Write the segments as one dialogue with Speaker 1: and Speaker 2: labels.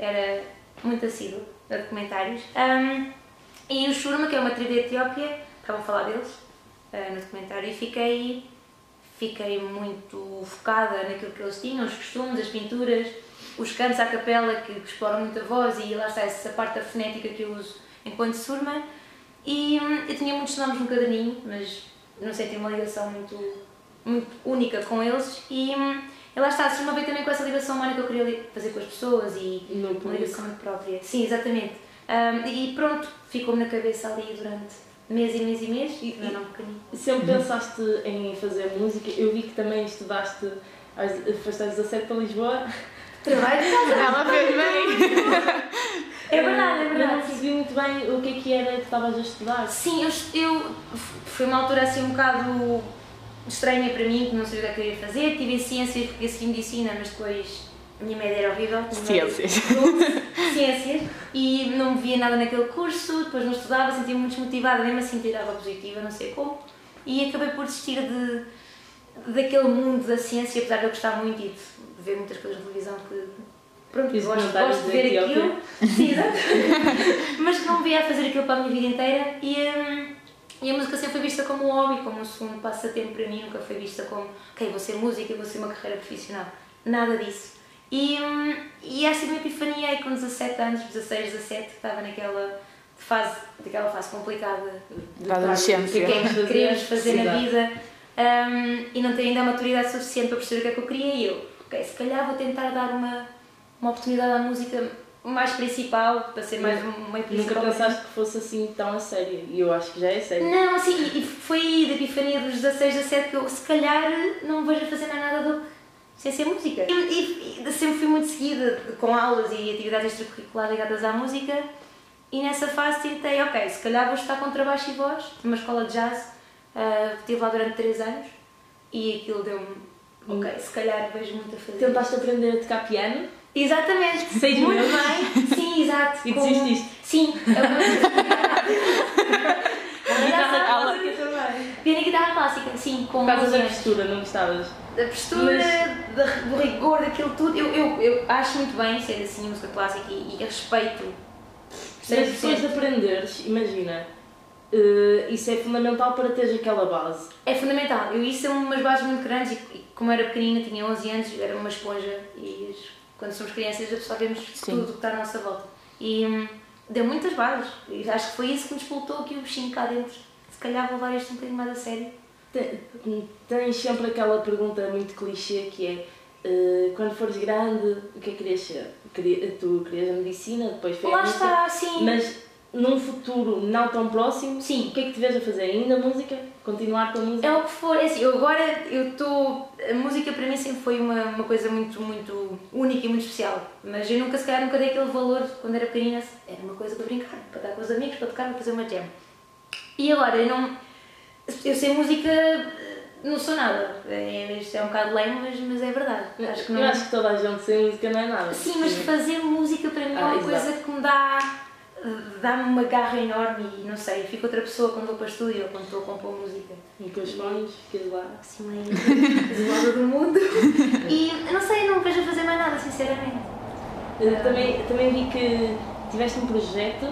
Speaker 1: Eh, muito assíduo a documentários. Um, e o Shurma, que é uma tribo da Etiópia, estavam a falar deles uh, no documentário, e fiquei, fiquei muito focada naquilo que eles tinham, os costumes, as pinturas, os cantos à capela, que, que exploram muito a voz, e lá está essa parte da fonética que eu uso enquanto surma. E hum, eu tinha muitos nomes no caderninho, mas não sei, tenho uma ligação muito, muito única com eles. E hum, e lá está, a surma veio também com essa ligação humana que eu queria li- fazer com as pessoas e
Speaker 2: E não
Speaker 1: uma
Speaker 2: por isso.
Speaker 1: ligação muito própria. Sim, exatamente. Hum, e pronto, ficou-me na cabeça ali durante mês e mês e mês, e
Speaker 2: E-
Speaker 1: não era um bocadinho.
Speaker 2: Sempre pensaste em fazer música. Eu vi que também estudaste, aos- foste aos 17 para Lisboa.
Speaker 1: Trabalho
Speaker 3: Ela fez bem.
Speaker 1: É verdade, é
Speaker 2: Eu
Speaker 1: verdade.
Speaker 2: não percebi muito bem o que é que era que estavas a estudar.
Speaker 1: Ah, Sim, eu, eu- foi uma altura assim um bocado estranha para mim, que não sabia o que eu queria fazer. Tive em ciências porque ia seguir medicina, mas depois a minha média era horrível. tinha média de
Speaker 3: Ciências.
Speaker 1: 12, ciências. E não me via nada naquele curso, depois não estudava, sentia-me muito desmotivada, mesmo assim tirava positiva, não sei como. E acabei por desistir de, daquele mundo da ciência, apesar de eu gostar muito e de ver muitas coisas na televisão que. Pronto,
Speaker 2: E os
Speaker 1: gosto,
Speaker 2: comentários
Speaker 1: gosto de
Speaker 2: da
Speaker 1: ver
Speaker 2: Etiópia.
Speaker 1: aquilo. Sim, exato mas que não me a fazer aquilo para a minha vida inteira e, hum, e a música sempre foi vista como um hobby, como um segundo passatempo para mim, nunca foi vista como ok, vou ser música e vou ser uma carreira profissional, nada disso. E, hum, e essa minha epifania aí com 17 anos, 16, 17, estava naquela fase, daquela fase complicada
Speaker 3: Da adolescência.
Speaker 1: o que é que queríamos fazer na
Speaker 2: Sim.
Speaker 1: vida hum, e não ter ainda a maturidade suficiente para perceber o que é que eu queria e eu, ok, se calhar vou tentar dar uma, uma oportunidade à música mais principal, para ser mais um meio
Speaker 2: Nunca
Speaker 1: principal.
Speaker 2: pensaste que é fosse assim tão a sério. E eu acho que já é sério.
Speaker 1: Não, assim, e- e foi aí da epifania dos 16, 17 que eu se calhar não vejo a fazer mais nada do que sem ser música. E, e- e sempre fui muito seguida de- com aulas e atividades extracurriculares ligadas à música e nessa fase tentei, ok, se calhar vou estar com trabalho e voz numa escola de jazz, ah, estive lá durante 3 anos e aquilo deu-me, ok, se calhar vejo muito a fazer.
Speaker 2: Tentaste aprender a tocar piano.
Speaker 1: Exatamente.
Speaker 2: Seis
Speaker 1: Muito
Speaker 2: meses.
Speaker 1: bem. Sim, exato.
Speaker 2: E
Speaker 1: Com-
Speaker 2: desististe?
Speaker 1: Sim. é uma
Speaker 2: Ah,
Speaker 3: Ela-
Speaker 1: coisa- Piano e guitarra clássica, sim, com
Speaker 2: Por causa
Speaker 1: 11
Speaker 2: da
Speaker 1: anos.
Speaker 2: postura, não gostavas?
Speaker 1: Da postura, da- do rigor, daquilo tudo. Eu, eu, eu acho muito bem ser assim música clássica e, e respeito.
Speaker 2: Se as pessoas
Speaker 1: 100%.
Speaker 2: aprenderes, imagina, eh, isso é fundamental para teres aquela base.
Speaker 1: É fundamental. Eu isso são umas bases muito grandes e, e como era pequenina, tinha 11 anos, eu era uma esponja e as- quando somos crianças absorvemos
Speaker 3: Sim.
Speaker 1: tudo o que está à nossa volta. E hum, deu muitas bases. E acho que foi isso que me despoltou aqui o bichinho cá dentro. Se calhar vou levar isto um bocadinho mais a sério.
Speaker 2: Te- Tens sempre aquela pergunta muito clichê que é eh, quando fores grande, o que é que querias ser? Queria- tu querias a medicina, depois foi a
Speaker 1: Lá
Speaker 2: música,
Speaker 1: está, sim.
Speaker 2: é Mas num futuro não tão próximo,
Speaker 1: Sim.
Speaker 2: o que é que te vês a fazer? Ainda música? Continuar com a música?
Speaker 1: É o que for, é assim, eu agora eu estou. A música para mim sempre foi uma, uma coisa muito, muito única e muito especial. Mas eu nunca, se calhar, nunca dei aquele valor quando era pequenina. Era uma coisa para brincar, para estar com os amigos, para tocar, para fazer uma jam. E agora, eu não. Eu sem música eh, não sou nada. É, isto é um bocado lame, mas, mas é verdade. Acho que não.
Speaker 2: Eu acho que toda a gente sem música não é nada.
Speaker 1: Sim, mas fazer música para mim é
Speaker 2: Ah,
Speaker 1: uma
Speaker 2: exato.
Speaker 1: coisa que me dá. dá-me uma garra enorme e não sei, fico outra pessoa quando vou para o estúdio ou quando estou a compor música
Speaker 2: E com os sonhos, ficas lá.
Speaker 1: assim meio isolada do mundo. E não sei, não me vejo a fazer mais nada, sinceramente.
Speaker 2: Eh, Também, também vi que tiveste um projeto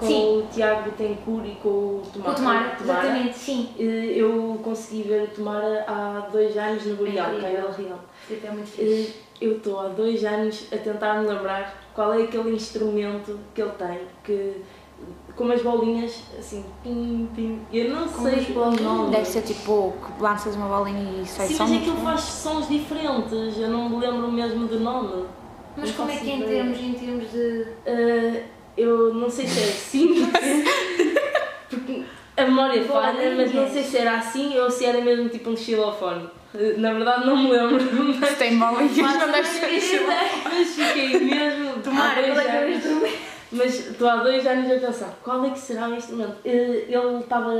Speaker 2: com
Speaker 1: Sim.
Speaker 2: o Tiago Tencourt e com o Tomar.
Speaker 1: O tomar, exatamente, sim.
Speaker 2: Eh, Eu consegui ver o Tomara há dois anos no Boreal, cá em
Speaker 1: Incrível.
Speaker 2: El Real.
Speaker 1: Filipe é muito
Speaker 2: Eh,
Speaker 1: fixe.
Speaker 2: Eu estou há dois anos a tentar me lembrar qual é aquele instrumento que ele tem, que com umas bolinhas assim, pim, pim. Eu não
Speaker 1: Com
Speaker 2: sei
Speaker 1: umas
Speaker 2: qual o nome.
Speaker 3: Deve ser tipo que lanças uma bolinha e sai
Speaker 2: Sim,
Speaker 3: som.
Speaker 2: mas aquilo faz sons diferentes, eu não me lembro mesmo do nome.
Speaker 1: Mas
Speaker 2: não
Speaker 1: como é
Speaker 2: faço
Speaker 1: que é em
Speaker 2: ideia.
Speaker 1: termos, em termos de.
Speaker 2: Eh, eu não sei se é assim, porque a memória é falha, mas não sei se era assim ou se era mesmo tipo um xilofone. Eh, Na verdade, não me lembro.
Speaker 3: Se tem bolinhas, não deve
Speaker 1: Não tenho
Speaker 3: ser. um
Speaker 1: ideia.
Speaker 2: Mas fiquei mesmo.
Speaker 1: Tomar,
Speaker 2: há dois
Speaker 1: qual é que é o
Speaker 2: anos-
Speaker 1: instrumento?
Speaker 2: Mas estou há dois anos a pensar, qual é que será o instrumento? Eh, Ele estava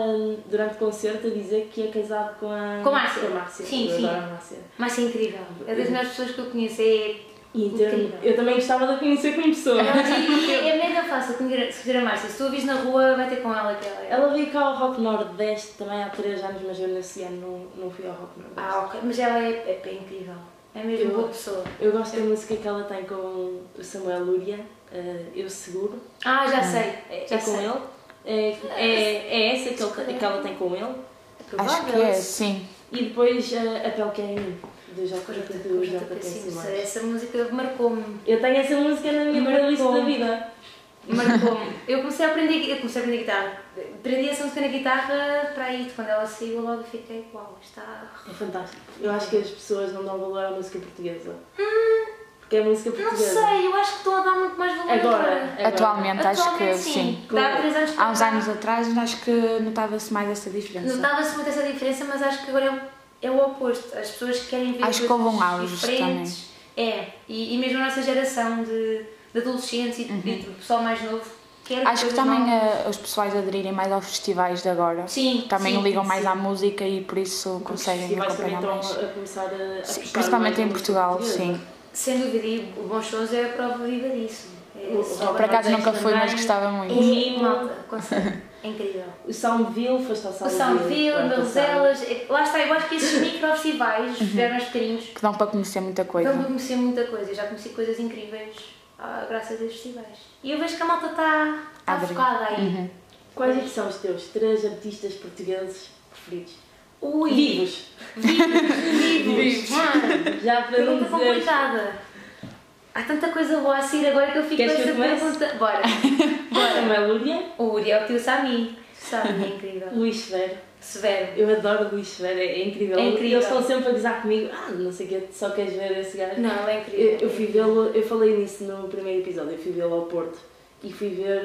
Speaker 2: durante o concerto a dizer que é casado com a.
Speaker 1: Com a Márcia.
Speaker 2: Com a Márcia.
Speaker 1: Sim,
Speaker 2: Eu
Speaker 1: sim.
Speaker 2: adoro a Márcia.
Speaker 1: Mas é incrível. É das melhores pessoas que eu conheço. É.
Speaker 2: E em termos-
Speaker 1: Incrível.
Speaker 2: eu também gostava de a conhecer como pessoa.
Speaker 1: E é mega fácil conhecer conhecer a Márcia. Se tu a vis na rua, vai ter com ela que ela é.
Speaker 2: Ela veio cá ao Rock Nordeste também há três anos, mas eu nesse ano não, não fui ao Rock Nordeste.
Speaker 1: Ah, ok. Mas ela é, é, é incrível. É mesmo
Speaker 2: Eu-
Speaker 1: boa pessoa.
Speaker 2: Eu gosto da música que ela tem com o Samuel Luria, eh, Eu Seguro,
Speaker 1: Ah, já sei.
Speaker 2: é,
Speaker 1: Já
Speaker 2: é com
Speaker 1: sei.
Speaker 2: ele. É, é, é essa que, ele- que ela tem com ele.
Speaker 1: É
Speaker 3: Acho que
Speaker 1: provável.
Speaker 3: é, sim.
Speaker 2: E depois eh, a Pele Que É Em Mim, do Jota
Speaker 1: Coisa que
Speaker 2: do
Speaker 1: eu já
Speaker 2: Jota
Speaker 1: pensei nisso.
Speaker 2: Simões.
Speaker 1: Essa música marcou-me.
Speaker 2: Eu tenho essa música na minha playlist da
Speaker 1: Marcou.
Speaker 2: vida.
Speaker 1: Marcou-me. Eu comecei a aprender, eu comecei a aprender guitarra. Aprendi essa música na guitarra para aí, quando ela saiu, logo fiquei, uau, está.
Speaker 2: É fantástico. Eu acho que as pessoas não dão valor à música portuguesa. Porque é música
Speaker 1: Hum, Não
Speaker 2: portuguesa.
Speaker 1: sei, eu acho que estou a dar muito mais valor
Speaker 2: Agora, agora.
Speaker 3: Atualmente, acho que
Speaker 1: Atualmente,
Speaker 3: sim.
Speaker 1: Dá três anos
Speaker 3: Há uns anos atrás acho que notava-se mais essa diferença.
Speaker 1: Notava-se muito essa diferença, mas acho que agora é o- é o oposto. As pessoas querem ver
Speaker 3: Acho que
Speaker 1: coisas
Speaker 3: houve um auge
Speaker 1: diferentes. É, e, e mesmo a nossa geração de, de adolescentes e, de- e do pessoal mais novo quer
Speaker 3: Uhum. Acho
Speaker 1: coisas
Speaker 3: que também
Speaker 1: novas.
Speaker 3: eh, os pessoais aderem mais aos festivais de agora.
Speaker 1: Sim,
Speaker 3: Também
Speaker 1: sim,
Speaker 3: ligam mais
Speaker 1: sim.
Speaker 3: à música e por isso
Speaker 2: Porque os
Speaker 3: conseguem
Speaker 2: festivais também
Speaker 3: acompanhar
Speaker 2: estão
Speaker 3: mais.
Speaker 2: então a começar a- a apostar
Speaker 3: Sim,
Speaker 2: mais
Speaker 3: principalmente
Speaker 2: na
Speaker 3: em
Speaker 2: música
Speaker 3: Portugal,
Speaker 2: portuguesa.
Speaker 3: sim.
Speaker 1: Sem dúvida, e o Bons Sons é a prova viva disso. É,
Speaker 2: Por
Speaker 1: se houver
Speaker 3: Por
Speaker 1: Nordeste
Speaker 3: acaso nunca fui, mas
Speaker 1: também,
Speaker 3: gostava muito.
Speaker 1: E, malta, consegue. É incrível.
Speaker 2: O Soundville, foste ao
Speaker 1: O
Speaker 2: Soundville.
Speaker 1: Soundville,
Speaker 2: ano passado.
Speaker 1: Mazelas, é, lá está, eu acho que esses
Speaker 3: Uhum.
Speaker 1: micro-festivais, os verões pequeninos,
Speaker 3: Que dão para conhecer muita coisa.
Speaker 1: Então eu conheci muita coisa, eu já conheci coisas incríveis ah, graças a estes festivais. E eu vejo que a malta está
Speaker 3: A
Speaker 1: tá
Speaker 3: abrir.
Speaker 1: focada aí.
Speaker 3: Uhum.
Speaker 2: Quais é que são os teus três artistas portugueses preferidos?
Speaker 1: Ui!
Speaker 2: Vivos!
Speaker 1: Vivos! Vivos! Mano,
Speaker 2: Já para não
Speaker 1: pergunta
Speaker 2: dizer...
Speaker 1: complicada. Há tanta coisa boa a sair agora que eu fico
Speaker 2: Queres
Speaker 1: com
Speaker 2: que
Speaker 1: essa
Speaker 2: eu comece?
Speaker 1: pergunta. Bora!
Speaker 2: Bora, Melúdia,
Speaker 1: O Uri é o tio Sami. Sami é incrível.
Speaker 2: Luís Ferro.
Speaker 1: Severo.
Speaker 2: Eu adoro o Luís Ferro, é, é incrível.
Speaker 1: É incrível.
Speaker 2: Eles estão sempre a gozar comigo. Ah, não sei o que, só queres ver esse gajo.
Speaker 1: Não, ele é
Speaker 2: Eu,
Speaker 1: incrível.
Speaker 2: eu fui vê-lo, eu falei nisso no primeiro episódio, eu fui vê-lo ao Porto e fui ver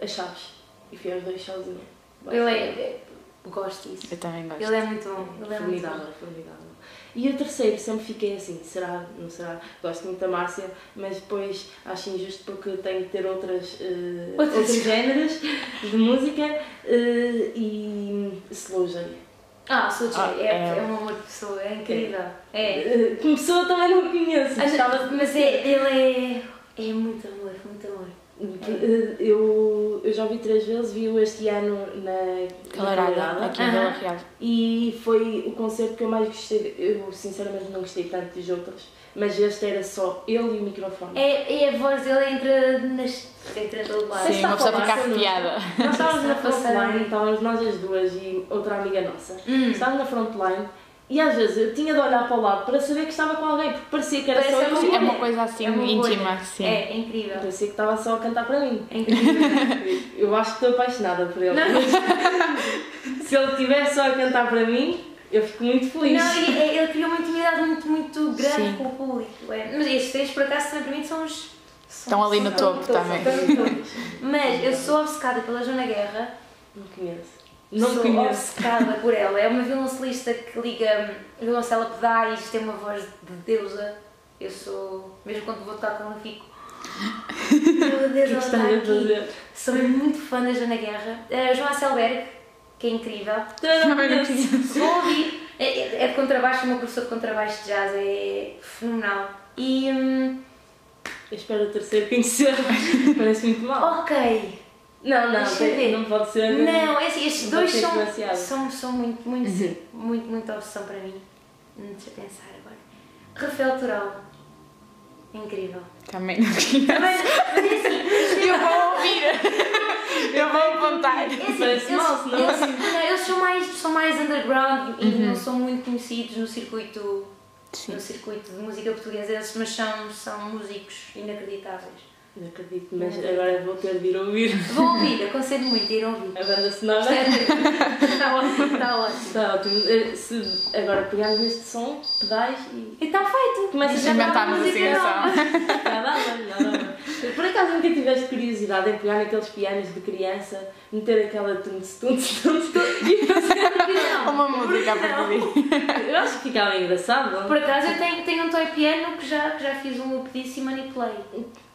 Speaker 2: eh, as Chaves. E fui aos dois sozinha.
Speaker 1: Ele é. eu Gosto disso.
Speaker 3: Eu também gosto.
Speaker 1: Ele é muito bom. Ele é muito bom.
Speaker 2: Formidável, formidável. E o terceiro, sempre fiquei assim, será, não será? Gosto muito da Márcia, mas depois acho injusto porque tenho que ter outras, eh,
Speaker 1: Outras.
Speaker 2: outros géneros de música eh, e slow J.
Speaker 1: Ah, sou
Speaker 3: Ah,
Speaker 1: Jay.
Speaker 3: é-
Speaker 1: É, é um amor de pessoa. É incrível. É.
Speaker 2: Eh, como pessoa também não conheço,
Speaker 1: Mas,
Speaker 2: gostava de-
Speaker 1: mas é, ele é. É muito amor, muito amor.
Speaker 2: Eh, eu, eu já o vi três vezes, vi-o este ano na na
Speaker 3: Calarada, aqui em Vila
Speaker 1: Aham.
Speaker 3: Real.
Speaker 2: E foi o concerto que eu mais gostei. Eu sinceramente não gostei tanto dos outros, mas este era só ele e o microfone.
Speaker 1: É, é a voz dele entra nas. entra É em todo lado.
Speaker 2: Sim,
Speaker 3: Sim,
Speaker 2: está
Speaker 3: uma pessoa
Speaker 2: a
Speaker 3: fica
Speaker 2: falar, sim.
Speaker 3: arrepiada.
Speaker 2: Nós estávamos na
Speaker 1: Está a passar Hum.
Speaker 2: frontline,
Speaker 1: ali.
Speaker 2: estávamos nós as duas e outra amiga nossa. Estávamos na frontline e às vezes eu tinha de olhar para o lado para saber que estava com alguém, porque parecia que era
Speaker 1: Parece
Speaker 2: só eu.
Speaker 1: uma
Speaker 2: que-
Speaker 3: É uma coisa assim
Speaker 1: É uma bolha.
Speaker 3: íntima, sim.
Speaker 1: É, é incrível.
Speaker 2: Parecia que estava só a cantar para mim.
Speaker 1: É incrível.
Speaker 2: Eu acho que estou apaixonada por ele. Se ele estivesse só a cantar para mim, eu fico muito feliz.
Speaker 1: Não, e- e- ele criou uma intimidade muito, muito grande
Speaker 3: Sim.
Speaker 1: com o público. é. Mas estes três, por acaso, também para mim são os. são-
Speaker 3: Estão ali no
Speaker 1: são-
Speaker 3: topo também.
Speaker 1: estão no topo. Mas eu sou obcecada pela Joana Guerra.
Speaker 2: Não conheço. Não
Speaker 1: sou
Speaker 2: conheço.
Speaker 1: obcecada por ela. É uma violoncelista que liga hum, violoncelo a pedais, tem uma voz de deusa. Eu sou. Mesmo quando vou tocar com ela, fico. Meu
Speaker 2: O
Speaker 1: Deus,
Speaker 2: que é
Speaker 1: ela
Speaker 2: que
Speaker 1: está
Speaker 2: estás a
Speaker 1: aqui.
Speaker 2: fazer?
Speaker 1: Sou mesmo muito fã da Joana Guerra. A João Asselberg, que é incrível.
Speaker 2: Também não
Speaker 3: Também não
Speaker 2: conheço.
Speaker 1: Vou ouvir. É, é- é de contrabaixo, o meu professor de contrabaixo de jazz é fenomenal. E. hum,
Speaker 2: Eu espero o terceiro conhecer. Parece muito mal.
Speaker 1: ok.
Speaker 2: Não, não,
Speaker 1: Deixa eu ver.
Speaker 2: não pode ser.
Speaker 1: Não, é assim, estes
Speaker 2: Vou
Speaker 1: dois
Speaker 2: ser
Speaker 1: são,
Speaker 2: influenciada.
Speaker 1: são, são muito, muito,
Speaker 2: Uhum.
Speaker 1: muito, muito obsessão para mim. Hum, Deixa eu pensar agora. Rafael Toral. Incrível.
Speaker 3: Também não conheço.
Speaker 1: Mas, mas é assim,
Speaker 3: Eu vou ouvir. Eu vou apontar.
Speaker 1: É assim,
Speaker 2: Parece
Speaker 1: eles,
Speaker 2: mal, Uhum. senão-
Speaker 1: eles- não, eles são mais, são mais underground e não são muito conhecidos no circuito, no circuito de música portuguesa, eles, mas são, são músicos inacreditáveis.
Speaker 2: Não acredito, mas agora vou ter de ir ouvir
Speaker 1: Vou ouvir, aconselho muito a ir ouvir.
Speaker 2: a banda sonora.
Speaker 1: Está ótimo, está ótimo.
Speaker 2: Está ótimo. Eh, Se agora pegarmos neste som, pedais e.
Speaker 1: E está feito.
Speaker 2: Começas
Speaker 1: Já está
Speaker 3: Inventámos
Speaker 1: música
Speaker 3: assim a
Speaker 1: nova.
Speaker 3: sala.
Speaker 2: Já dá, já dá. Por acaso nunca tiveste curiosidade em pegar naqueles pianos de criança, meter aquela tuntes, tuntes, tuntes, tuntes e fazer.
Speaker 3: Uma música para ouvir.
Speaker 2: Eu acho que ficava engraçado.
Speaker 1: Por acaso eu tenho, tenho um toy piano que já, que já fiz um loop disso e manipulei.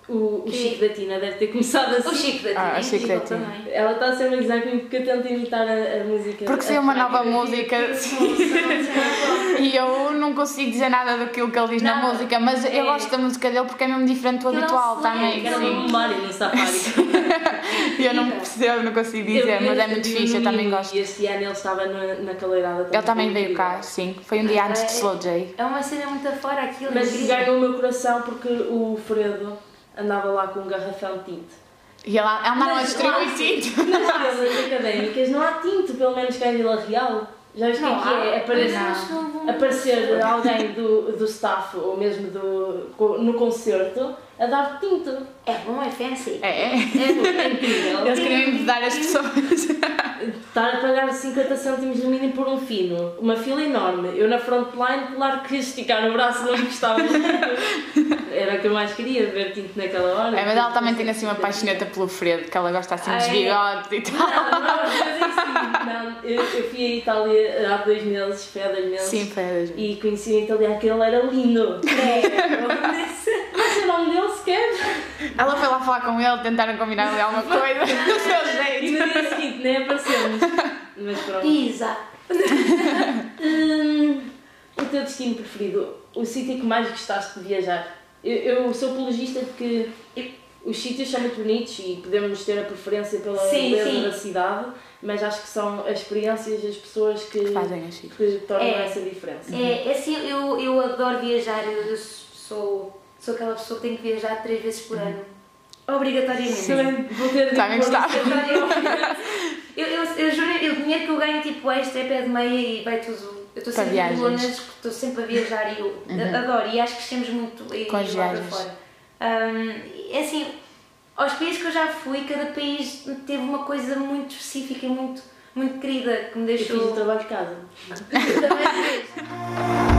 Speaker 2: O, o
Speaker 1: Que-
Speaker 2: Chico da Tina deve ter começado assim.
Speaker 1: O Chico da Tina,
Speaker 3: Ah,
Speaker 1: é
Speaker 3: o Chico da
Speaker 1: incrível
Speaker 3: Tina.
Speaker 1: também.
Speaker 2: Ela está sempre a gozar comigo porque eu tento imitar a, a música.
Speaker 3: Porque
Speaker 2: a
Speaker 3: saiu uma nova
Speaker 2: fraca.
Speaker 3: música e eu não consigo dizer nada daquilo que ele diz na
Speaker 1: Não,
Speaker 3: música, mas eu
Speaker 1: é.
Speaker 3: gosto da música dele porque é mesmo diferente do
Speaker 1: Ele é um
Speaker 3: habitual também.
Speaker 1: slay,
Speaker 2: Era uma
Speaker 1: Sim.
Speaker 2: memória no safari.
Speaker 3: E Eu não percebo, não consigo dizer, mas é muito fixe, eu também gosto.
Speaker 2: E este ano ele estava na, na caleirada.
Speaker 3: Ele também
Speaker 2: foi
Speaker 3: veio cá,
Speaker 2: incrível.
Speaker 3: sim. Foi um dia antes de Slow J.
Speaker 1: É uma cena muito afora aquilo.
Speaker 2: Mas
Speaker 1: incrível.
Speaker 2: ganhou o meu coração porque o Fredo, a andava lá com um garrafão de tinta.
Speaker 3: E ela, ela Ah, não
Speaker 2: Mas
Speaker 3: distribuiu
Speaker 2: há-
Speaker 3: tinto.
Speaker 2: Nas escolas académicas não há tinto, pelo menos cá em Vila Real. Já viste o que é
Speaker 1: Não
Speaker 2: que
Speaker 1: há.
Speaker 2: é? Aparece-
Speaker 3: Não.
Speaker 2: aparecer alguém do, do staff ou mesmo do, co- no concerto a dar tinto.
Speaker 1: É bom, é fancy.
Speaker 3: É, é.
Speaker 2: É incrível.
Speaker 3: Eles queriam mudar as pessoas.
Speaker 2: Estar a pagar 50 cêntimos no mínimo por um fino, uma fila enorme. Eu na frontline, claro que esticar o braço não me gostava. Era o que eu mais queria, ver tinto naquela hora.
Speaker 3: É, mas ela também tem assim uma paixoneta pelo Fredo, que ela gosta assim dos
Speaker 1: Ai.
Speaker 3: bigodes e tal.
Speaker 2: Não, não, mas é assim, não, eu, eu fui à Itália há dois meses, foi há dois meses.
Speaker 3: Sim, Fredo.
Speaker 2: E conheci um italiano que ele era lindo. É. Não sei o nome dele sequer.
Speaker 3: Ela foi lá falar com ele, tentaram combinar ali alguma coisa. do seu jeito.
Speaker 2: E no dia seguinte nem aparecemos. Mas pronto.
Speaker 1: Pisa.
Speaker 2: Hum, o teu destino preferido? O sítio que mais gostaste de viajar? Eu, eu sou apologista de que os sítios são muito bonitos e podemos ter a preferência pela
Speaker 1: Sim,
Speaker 2: beleza
Speaker 1: sim.
Speaker 2: da cidade, mas acho que são as experiências as pessoas que,
Speaker 3: Fazem as chicas.
Speaker 2: que tornam
Speaker 1: É.
Speaker 2: essa diferença.
Speaker 1: É, é assim, eu, eu adoro viajar, eu sou, sou aquela pessoa que tem que viajar três vezes por ano. Obrigatoriamente.
Speaker 2: Também vou ter
Speaker 1: Tá,
Speaker 2: de
Speaker 3: Também gostava.
Speaker 1: Obrigatoriamente. eu, eu, eu juro, eu- o dinheiro que eu ganho tipo extra é pé de meia e vai tudo. Eu estou
Speaker 3: Para
Speaker 1: sempre de
Speaker 3: viagens. Uhum.
Speaker 1: lonas, porque estou sempre a viajar e eu adoro e acho que crescemos muito e,
Speaker 3: Com as
Speaker 1: e lá para
Speaker 3: viagens.
Speaker 1: fora. Hum, é assim, aos países que eu já fui, cada país teve uma coisa muito específica e muito, muito querida que me
Speaker 2: Eu fiz
Speaker 1: deixou.
Speaker 2: o trabalho de casa.
Speaker 1: Também fiz.